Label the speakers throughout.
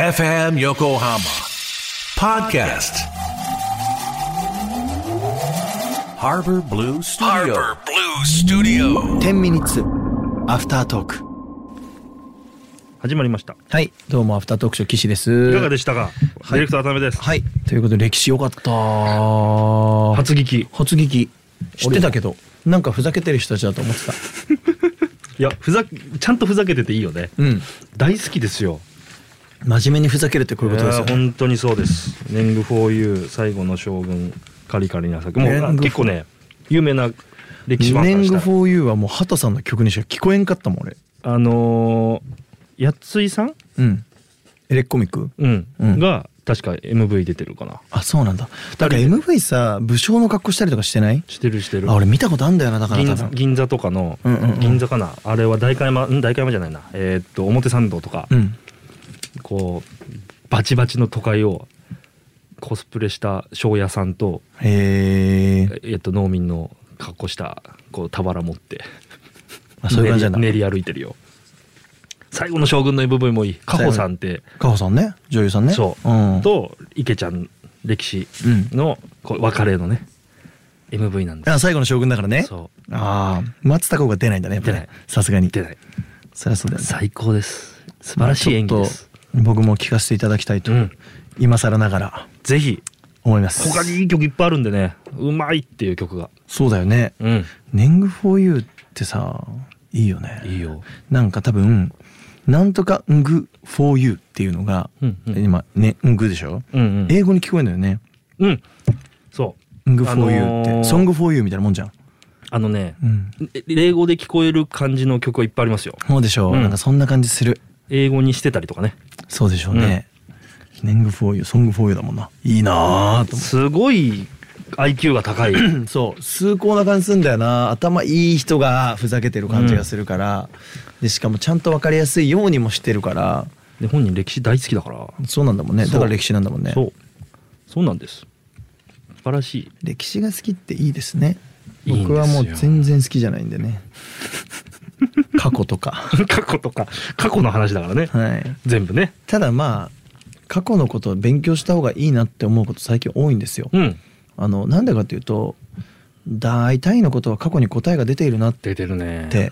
Speaker 1: FM Yokohama Podcast Harbor Blue Studio
Speaker 2: Harbor Blue Studio.
Speaker 3: 10ミニッツアフタートーク
Speaker 4: 始まりました。
Speaker 3: はいどうもアフタートークショー岸です
Speaker 4: いかがでしたか、ディレクター渡辺です。
Speaker 3: はいということで歴史良かった初
Speaker 4: 初聞き。い
Speaker 3: 初聞き知ってたけどなんかふざけてる人たちだと思ってた
Speaker 4: や、ふざけ、ちゃんとふざけてていいよね。
Speaker 3: うん
Speaker 4: 大好きですよ。
Speaker 3: 真面目にふざけるってこういうことですよ
Speaker 4: いや
Speaker 3: ね
Speaker 4: 本当にそうです。年貢 4U 最後の将軍カリカリな作。もう
Speaker 3: 年
Speaker 4: あ
Speaker 3: 貢
Speaker 4: 結構ね、有名な歴史漫画
Speaker 3: 年
Speaker 4: した
Speaker 3: 貢 4U はもうハトさんの曲にしか聞こえんかったもん俺
Speaker 4: あのー、やっついさん、
Speaker 3: うんエレコミック
Speaker 4: うん、
Speaker 3: うん
Speaker 4: が確か MV 出てるかな。
Speaker 3: あそうなんだだから MV さ武将の格好したりとかしてない
Speaker 4: してるしてる。
Speaker 3: あ俺見たことあんだよなだから多
Speaker 4: 銀座
Speaker 3: 分
Speaker 4: 銀座とかの、
Speaker 3: うんうんうん
Speaker 4: 銀座かなあれは代官山ん代官山じゃないなえーっと表参道とか、
Speaker 3: うん
Speaker 4: こうバチバチの都会をコスプレした庄屋さんと、
Speaker 3: へえ
Speaker 4: えっと、農民の格好したこう俵持って
Speaker 3: あそういう感じなんだ
Speaker 4: 練り練り歩いてるよ最後の将軍の MV もいい加穂さんって、
Speaker 3: カホさんね女優さんね
Speaker 4: そう、
Speaker 3: うん
Speaker 4: と池ちゃん歴史のこう別れのね MV なんです
Speaker 3: あ最後の将軍だからね
Speaker 4: そう
Speaker 3: ああ松たか子が出ないんだねやっぱり
Speaker 4: 出ない
Speaker 3: さすがに
Speaker 4: 出ない
Speaker 3: そりゃそうだよね
Speaker 4: 最高です素晴らしい演技で
Speaker 3: まあち
Speaker 4: す、
Speaker 3: ょっと僕も聞かせていただきたいと、
Speaker 4: うん
Speaker 3: 今更ながら
Speaker 4: ぜひ
Speaker 3: 思います
Speaker 4: 他にいい曲いっぱいあるんでねうまいっていう曲が
Speaker 3: そうだよね
Speaker 4: うん
Speaker 3: 「年貢 4U」ってさいいよね
Speaker 4: いいよ
Speaker 3: なんか多分「なんとかんぐ 4U」っていうのが、
Speaker 4: うんうん
Speaker 3: 今「ねんぐ」でしょ、
Speaker 4: うん
Speaker 3: 英語に聞こえるのよね
Speaker 4: うんそ
Speaker 3: 「んぐ
Speaker 4: あの
Speaker 3: 4U」
Speaker 4: ー
Speaker 3: って「ソング 4U」みたいなもんじゃん、
Speaker 4: うあのね
Speaker 3: うん、
Speaker 4: え英語で聞こえる感じの曲はいっぱいありますよ
Speaker 3: そうでしょう、
Speaker 4: うん
Speaker 3: なんかそんな感じする
Speaker 4: 英語にしてたりとかね
Speaker 3: そうでしょうね。ネングフォーユー、ソングフォーユーだもんな。いいなぁと思
Speaker 4: すごい IQ が 高い
Speaker 3: って。そう、崇高な感じすんだよな。頭いい人がふざけてる感じがするから。で、しかもちゃんとわかりやすいようにもしてるから。
Speaker 4: で本人歴史大好きだから、
Speaker 3: そうなんだもんね。
Speaker 4: そう
Speaker 3: だから歴史なんだもんね。
Speaker 4: そうそうなんです素晴らしい
Speaker 3: 歴史が好きっていいですね。
Speaker 4: いいんですよ
Speaker 3: 僕はもう全然好きじゃないんで ね。過去とか。
Speaker 4: 過去とか過去の話だからね、
Speaker 3: はい。
Speaker 4: 全部ね
Speaker 3: ただまあ、過去のことを勉強した方がいいなって思うこと最近多いんですよ。
Speaker 4: うん
Speaker 3: あの、なんでかっていうと、大体のことは過去に答えが出ているなって
Speaker 4: 出てるね
Speaker 3: って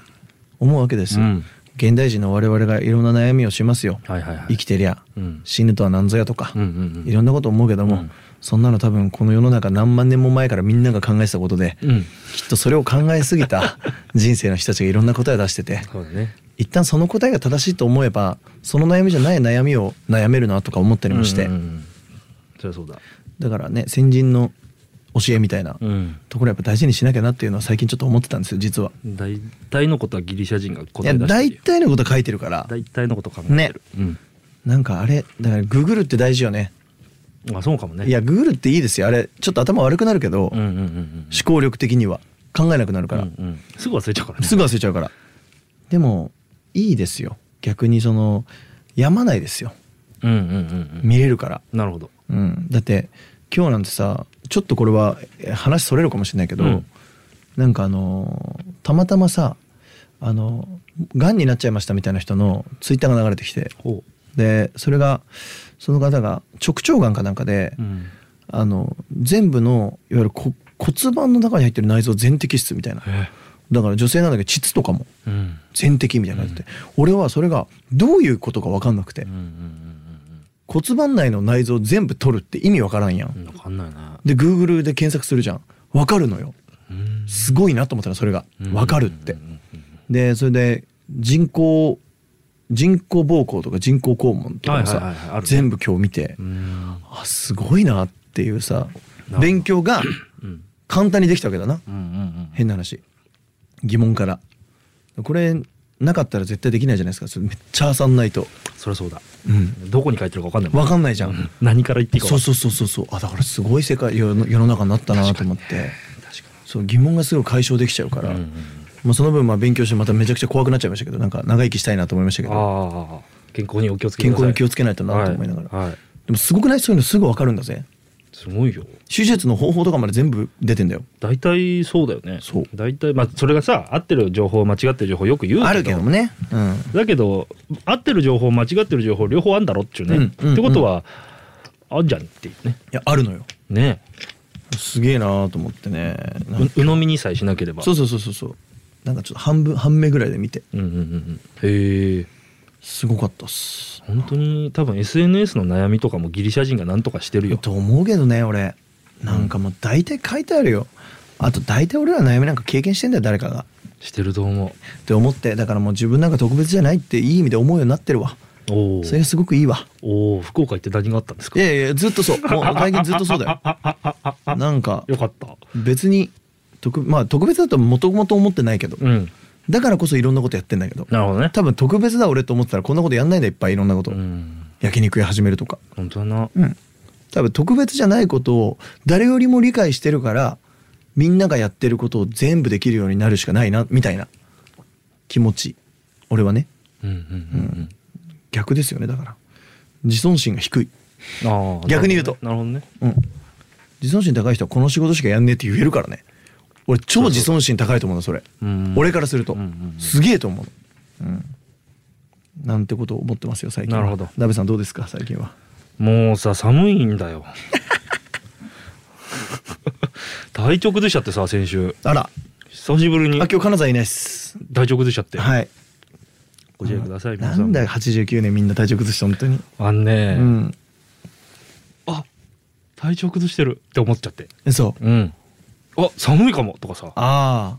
Speaker 3: 思うわけですよ、
Speaker 4: うん
Speaker 3: 現代人の我々がいろんな悩みをしますよ、
Speaker 4: はいはいはい
Speaker 3: 生きてりゃ、
Speaker 4: うん
Speaker 3: 死ぬとは何ぞやとか、
Speaker 4: うんうんうん
Speaker 3: いろんなこと思うけども、
Speaker 4: うん
Speaker 3: そんなの多分この世の中何万年も前からみんなが考えてたことで、
Speaker 4: うん
Speaker 3: きっとそれを考えすぎ た人生の人たちがいろんな答えを出してて
Speaker 4: そうだね
Speaker 3: 一旦その答えが正しいと思えばその悩みじゃない悩みを悩めるなとか思ったりもして、
Speaker 4: うんうんうんそりゃそうだ
Speaker 3: だからね先人の教えみたいな
Speaker 4: うん
Speaker 3: ところやっぱ大事にしなきゃなっていうのは最近ちょっと思ってたんですよ実は。
Speaker 4: 大体のことはギリシャ人が
Speaker 3: い
Speaker 4: 答
Speaker 3: や
Speaker 4: え出して
Speaker 3: 大
Speaker 4: るよ
Speaker 3: 体のこと書いてるから
Speaker 4: 大体のこと考えてる、
Speaker 3: なんかあれだからググるって大事よね
Speaker 4: うん、あそうかもね
Speaker 3: いやググるっていいですよあれちょっと頭悪くなるけど、
Speaker 4: うん
Speaker 3: 思
Speaker 4: うんうんうん
Speaker 3: 考力的には考えなくなるから、
Speaker 4: うんうんすぐ忘れちゃうからね
Speaker 3: すぐ忘れちゃうからでもいいですよ逆にそのやまないですよ
Speaker 4: うんうんうん
Speaker 3: 見れるから、
Speaker 4: うんなるほど
Speaker 3: うん、だって今日なんてさちょっとこれはえ話それるかもしれないけど、
Speaker 4: うん
Speaker 3: なんかあのーたまたまさあのがんになっちゃいましたみたいな人のツイッターが流れてきて
Speaker 4: ほ
Speaker 3: でそれがその方が直腸がんかなんかで、
Speaker 4: う、ん、
Speaker 3: あの全部のいわゆるこ骨盤の中に入ってる内臓全摘出みたいな
Speaker 4: え
Speaker 3: だから女性なんだけど膣とかも
Speaker 4: うんうん
Speaker 3: 全摘みたいな感じで、俺はそれがどういうことか分かんなくて、
Speaker 4: うんうん
Speaker 3: 骨盤内の内臓全部取るって意味分からんやん、
Speaker 4: うんうん分かんないな
Speaker 3: で Google で検索するじゃん分かるのよ
Speaker 4: うん
Speaker 3: すごいなと思ったのそれが分かるって、
Speaker 4: うん
Speaker 3: でそれで人工人工膀胱とか人工肛門とかもさ、
Speaker 4: はいはいはいはいあるね
Speaker 3: 全部今日見て、
Speaker 4: うんうん
Speaker 3: あすごいなっていうさ
Speaker 4: ど
Speaker 3: 勉強が
Speaker 4: うん
Speaker 3: 簡単にできたわけだな
Speaker 4: うんうん
Speaker 3: 変な話疑問からこれなかったら絶対できないじゃないですかそれめっちゃあさんないと、
Speaker 4: そりゃそうだ
Speaker 3: うん、
Speaker 4: どこに書いてるか分かんないもん
Speaker 3: 分かんないじゃん、
Speaker 4: うん何から言っていいか
Speaker 3: そう
Speaker 4: 分か
Speaker 3: そうそうそうそうあだからすごい世界世の世の中になったなと思って
Speaker 4: んない確か
Speaker 3: そう疑問がすごい解消できちゃうから、
Speaker 4: に、うんうん
Speaker 3: まあ、その分まあ勉強してまためちゃくちゃ怖くなっちゃいましたけどなんか長生きしたいなと思いましたけど
Speaker 4: ああ健康にお気をつけ
Speaker 3: 健
Speaker 4: く
Speaker 3: 康
Speaker 4: ださい
Speaker 3: に気をつけないとなと思いながら、
Speaker 4: はいはい
Speaker 3: でもすごくないそういうのすぐ分かるんだぜ
Speaker 4: すごいよ
Speaker 3: 手術の方法とかまで全部出てんだよ
Speaker 4: 大体そうだよね
Speaker 3: そう
Speaker 4: 大体まあそれがさ合ってる情報間違ってる情報よく言う
Speaker 3: あるけどもね、うん、
Speaker 4: だけど合ってる情報間違ってる情報両方あんだろっちゅうね、
Speaker 3: うんうん
Speaker 4: ってことはあんじゃんっていうね
Speaker 3: いやあるのよ
Speaker 4: ね
Speaker 3: すげえなーと思ってねなんか
Speaker 4: う鵜呑みにさえしなければ
Speaker 3: そうそうそうそうそうなんかちょっと半分半目ぐらいで見て
Speaker 4: うんうんうんうんへえ
Speaker 3: すごかったっす
Speaker 4: 本当に多分 SNS の悩みとかもギリシャ人が何とかしてるよ
Speaker 3: と思うけどね俺なんかもう大体書いてあるよあと大体俺らの悩みなんか経験してんだよ誰かが
Speaker 4: してると思
Speaker 3: って思ってだからもう自分なんか特別じゃないっていい意味で思うようになってるわ
Speaker 4: うおお
Speaker 3: それがすごくいいわ
Speaker 4: おお福岡行って何があったんです
Speaker 3: い
Speaker 4: か
Speaker 3: やいやずっとそうもう最近ずっとそうだ よなんか
Speaker 4: よかった
Speaker 3: 別に特まあ特別だともともと思ってないけど
Speaker 4: うん
Speaker 3: だからこそいろんなことやってんだけど
Speaker 4: なるほどね
Speaker 3: 多分特別だ俺と思ってたらこんなことやんないんだいっぱいいろんなこと、
Speaker 4: うん
Speaker 3: 焼肉屋始めるとか
Speaker 4: 本当だな
Speaker 3: うん多分特別じゃないことを誰よりも理解してるからみんながやってることを全部できるようになるしかないなみたいな気持ち俺はね
Speaker 4: うんうんうん
Speaker 3: 逆ですよねだから自尊心が低い、
Speaker 4: うんああ
Speaker 3: 逆に言うと
Speaker 4: なるほどね
Speaker 3: うん、自尊心高い人はこの仕事しかやんねえって言えるからね俺超自尊心高いと思うのそれ
Speaker 4: うん
Speaker 3: 俺からすると、
Speaker 4: うんうんうん
Speaker 3: すげえと思うの、うん、なんてことを思ってますよ最近は
Speaker 4: なるほど
Speaker 3: ダベさんどうですか最近は
Speaker 4: もうさ寒いん だよ体調崩しちゃってさ先週
Speaker 3: あら
Speaker 4: 久しぶりに
Speaker 3: あ今日金沢いないっす
Speaker 4: 体調崩しちゃって、
Speaker 3: はい
Speaker 4: ご自愛ください皆
Speaker 3: な
Speaker 4: さんも
Speaker 3: んだよ89年みんな体調崩して本当に、
Speaker 4: あんね、
Speaker 3: うん
Speaker 4: あ体調崩してるって思っちゃって
Speaker 3: そう
Speaker 4: うんあ寒いかもとかさ
Speaker 3: あ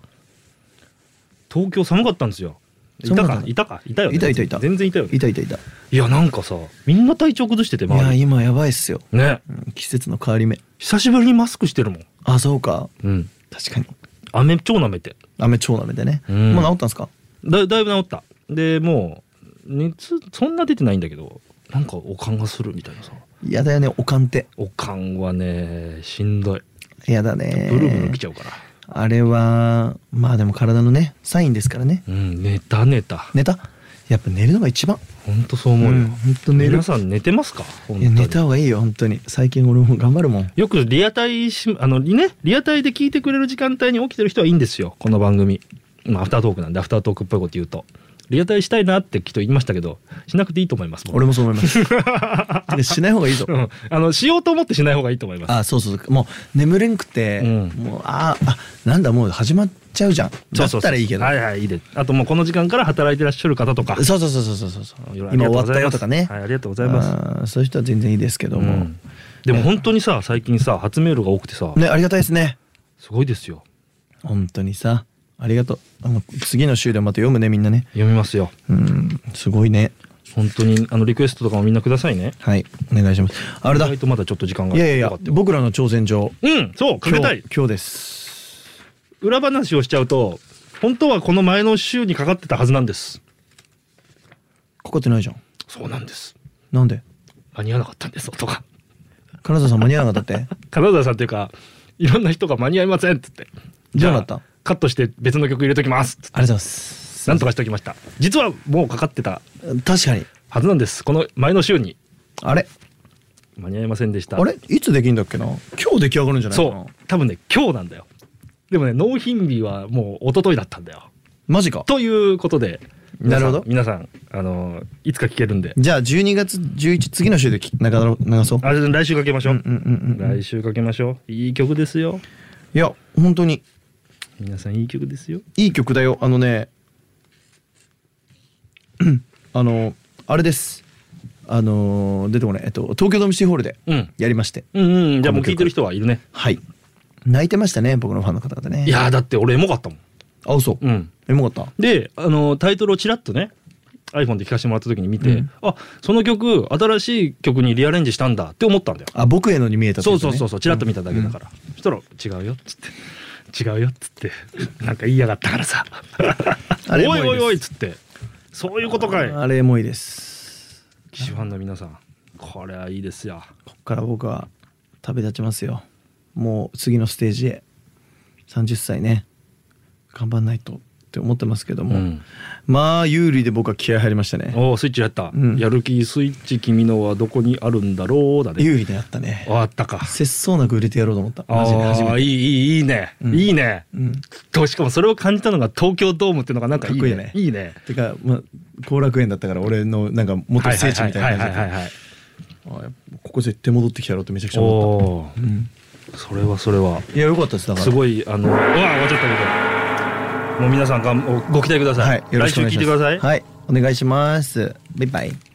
Speaker 4: 東京寒かったんですよい
Speaker 3: そうな
Speaker 4: た
Speaker 3: んだ
Speaker 4: かいたかいたよ、ね、
Speaker 3: いたいたいた
Speaker 4: 全然いたよ、
Speaker 3: あ
Speaker 4: ね、
Speaker 3: いたいたいたい
Speaker 4: いやなんかさみんな体調崩してて
Speaker 3: や
Speaker 4: 周り
Speaker 3: 今やばいっすよ、
Speaker 4: ね
Speaker 3: うん季節の変わり目
Speaker 4: 久しぶりにマスクしてるもん
Speaker 3: あそうか
Speaker 4: うん
Speaker 3: 確かに
Speaker 4: 雨超舐めて
Speaker 3: 雨超なめでね、
Speaker 4: うん
Speaker 3: もう治ったんすか
Speaker 4: だだいぶ治ったでもう熱そんな出てないんだけどなんかおかんがするみたいなさ
Speaker 3: 嫌だよねおかんって
Speaker 4: おかんはねしんどい
Speaker 3: 嫌だね
Speaker 4: ブルブル来ちゃうから、
Speaker 3: あれはまあでも体のねサインですからね
Speaker 4: うん寝た寝た
Speaker 3: 寝たやっぱ寝るのが一番
Speaker 4: ほんとそう思うよ、
Speaker 3: うんほんと寝る
Speaker 4: 皆さん寝てますか本
Speaker 3: い
Speaker 4: 当
Speaker 3: や
Speaker 4: に
Speaker 3: 寝た方がいいよ本当に最近俺も頑張るもん
Speaker 4: よくリアタイしあのねリアタイで聞いてくれる時間帯に起きてる人はいいんですよこの番組、まあ、アフタートークなんでアフタートークっぽいこと言うとリアタイしたいなってきっと言いましたけどしなくていいと思います僕
Speaker 3: 俺もそう思い ますてかしない方がいいぞ
Speaker 4: うんあのしようと思ってしない方がいいと思います
Speaker 3: あそうそうそうもう眠れんくて、
Speaker 4: うん
Speaker 3: もうああなんだもう始まっちゃうじゃん
Speaker 4: そうそうそう
Speaker 3: だったらいいけど、
Speaker 4: はいはいいいですあともうこの時間から働いてらっしゃる方とか
Speaker 3: そうそうそうそうそうそうそう
Speaker 4: いろいろ
Speaker 3: 今終
Speaker 4: あ
Speaker 3: わった
Speaker 4: りがとうござい
Speaker 3: よ
Speaker 4: ます
Speaker 3: とかね
Speaker 4: はいありがとうございます
Speaker 3: すそういう人は全然いいですけど
Speaker 4: う
Speaker 3: も、
Speaker 4: んでも本当にさ最近さ初メールが多くてさ、
Speaker 3: ねありがたいですね
Speaker 4: すごいですよ
Speaker 3: 本当にさありがとうあの次の週でまた読むねみんなね
Speaker 4: 読みますよ
Speaker 3: うんすごいね
Speaker 4: 本当にあのリクエストとかもみんなくださいね
Speaker 3: はいお願いしますあれだ
Speaker 4: 意外
Speaker 3: い
Speaker 4: とまだちょっと時間が
Speaker 3: やいやいや
Speaker 4: かかって
Speaker 3: 僕らの挑戦状
Speaker 4: うんそうか
Speaker 3: 今
Speaker 4: けたい
Speaker 3: 日今日です
Speaker 4: 裏話をしちゃうと本当はこの前の週にかかってたはずなんです
Speaker 3: かかってないじゃん
Speaker 4: そうなんです
Speaker 3: なんで
Speaker 4: 間に合わなかったんですとか
Speaker 3: 金沢さん間に合わなかった って
Speaker 4: 金沢さんというかいろんな人が間に合いませんっつって
Speaker 3: どうなった
Speaker 4: じゃあカットして別の曲入れときますっつって
Speaker 3: ありがとうございます
Speaker 4: なんとかしておきました実はもうかかってた
Speaker 3: 確かに
Speaker 4: はずなんですこの前の週に
Speaker 3: あれ
Speaker 4: 間に合いませんでした
Speaker 3: あれいつできんだっけな今日出来上がるんじゃないかな
Speaker 4: そう多分ね今日なんだよでもね納品日はもう一昨日だったんだよ
Speaker 3: マジか
Speaker 4: ということで
Speaker 3: な
Speaker 4: 皆さ
Speaker 3: る
Speaker 4: ん
Speaker 3: ほど
Speaker 4: 皆さんあのいつか聞けるんで
Speaker 3: じゃあ12月11次の週でき流ろ流そう
Speaker 4: あ来週かけましょう,、
Speaker 3: うんうんうん
Speaker 4: 来週かけましょういい曲ですよ
Speaker 3: いや本当に
Speaker 4: 皆さんいい曲ですよ
Speaker 3: いい曲だよあのねうんあのあれですあの出てこないえっと東京ドームシティホールで
Speaker 4: うん
Speaker 3: やりまして、
Speaker 4: うんうんじゃあもう
Speaker 3: この曲
Speaker 4: 聞いてる人はいるね
Speaker 3: はい泣いてましたね僕のファンの方々ね
Speaker 4: いやーだって俺エモかったもん
Speaker 3: あそう、
Speaker 4: うん
Speaker 3: エモかった
Speaker 4: であのタイトルをちらっとね iPhone で聞かせてもらった時に見て、
Speaker 3: うん
Speaker 4: あその曲新しい曲にリアレンジしたんだって思ったんだよ
Speaker 3: あ僕へのに見えたって
Speaker 4: そ
Speaker 3: こ
Speaker 4: う
Speaker 3: と
Speaker 4: そう
Speaker 3: ね
Speaker 4: そうそうちらっと見ただけだから、そしたら「違うよ」っつって「違うよ」っつってなんか言いやがったからさ「
Speaker 3: あれ
Speaker 4: おいおいお
Speaker 3: エモ
Speaker 4: い」
Speaker 3: い
Speaker 4: っ
Speaker 3: で
Speaker 4: つってそういうことかい
Speaker 3: あれエモいです
Speaker 4: 騎士ファンの皆さんこれはいいですよ
Speaker 3: こっから僕は旅立ちますよもう次のステージへ30歳ね頑張んないとって思ってますけど
Speaker 4: う
Speaker 3: も、
Speaker 4: ん
Speaker 3: まあ有利で僕は気合入りましたね
Speaker 4: おースイッチやった、
Speaker 3: うん
Speaker 4: やる気スイッチ君のはどこにあるんだろうだね
Speaker 3: 有利でやったね
Speaker 4: 終わったか
Speaker 3: 節操なく売れてやろうと思ったマジで初
Speaker 4: あ
Speaker 3: め
Speaker 4: あ
Speaker 3: て
Speaker 4: いいいいいいね、
Speaker 3: うん
Speaker 4: いいね
Speaker 3: うん
Speaker 4: としかもそれを感じたのが東京ドームっていうのがなんかいい
Speaker 3: かっこいいね
Speaker 4: ねいいね
Speaker 3: てかまあ後楽園だったから俺のなんか元聖地みたいな
Speaker 4: はいはいはい
Speaker 3: 感
Speaker 4: はいはいはい
Speaker 3: じであやっぱここ絶対戻ってきたやろうってめちゃくちゃ思っ
Speaker 4: お
Speaker 3: た、
Speaker 4: ー
Speaker 3: うん、
Speaker 4: それはそれはい
Speaker 3: やよかったですだから
Speaker 4: すごいあのうわ終わっちゃったけどもう皆さんがんごご期待くださ、
Speaker 3: はいいよろしくお願いします
Speaker 4: 来週聞いてください
Speaker 3: はいお願いしますバイバイ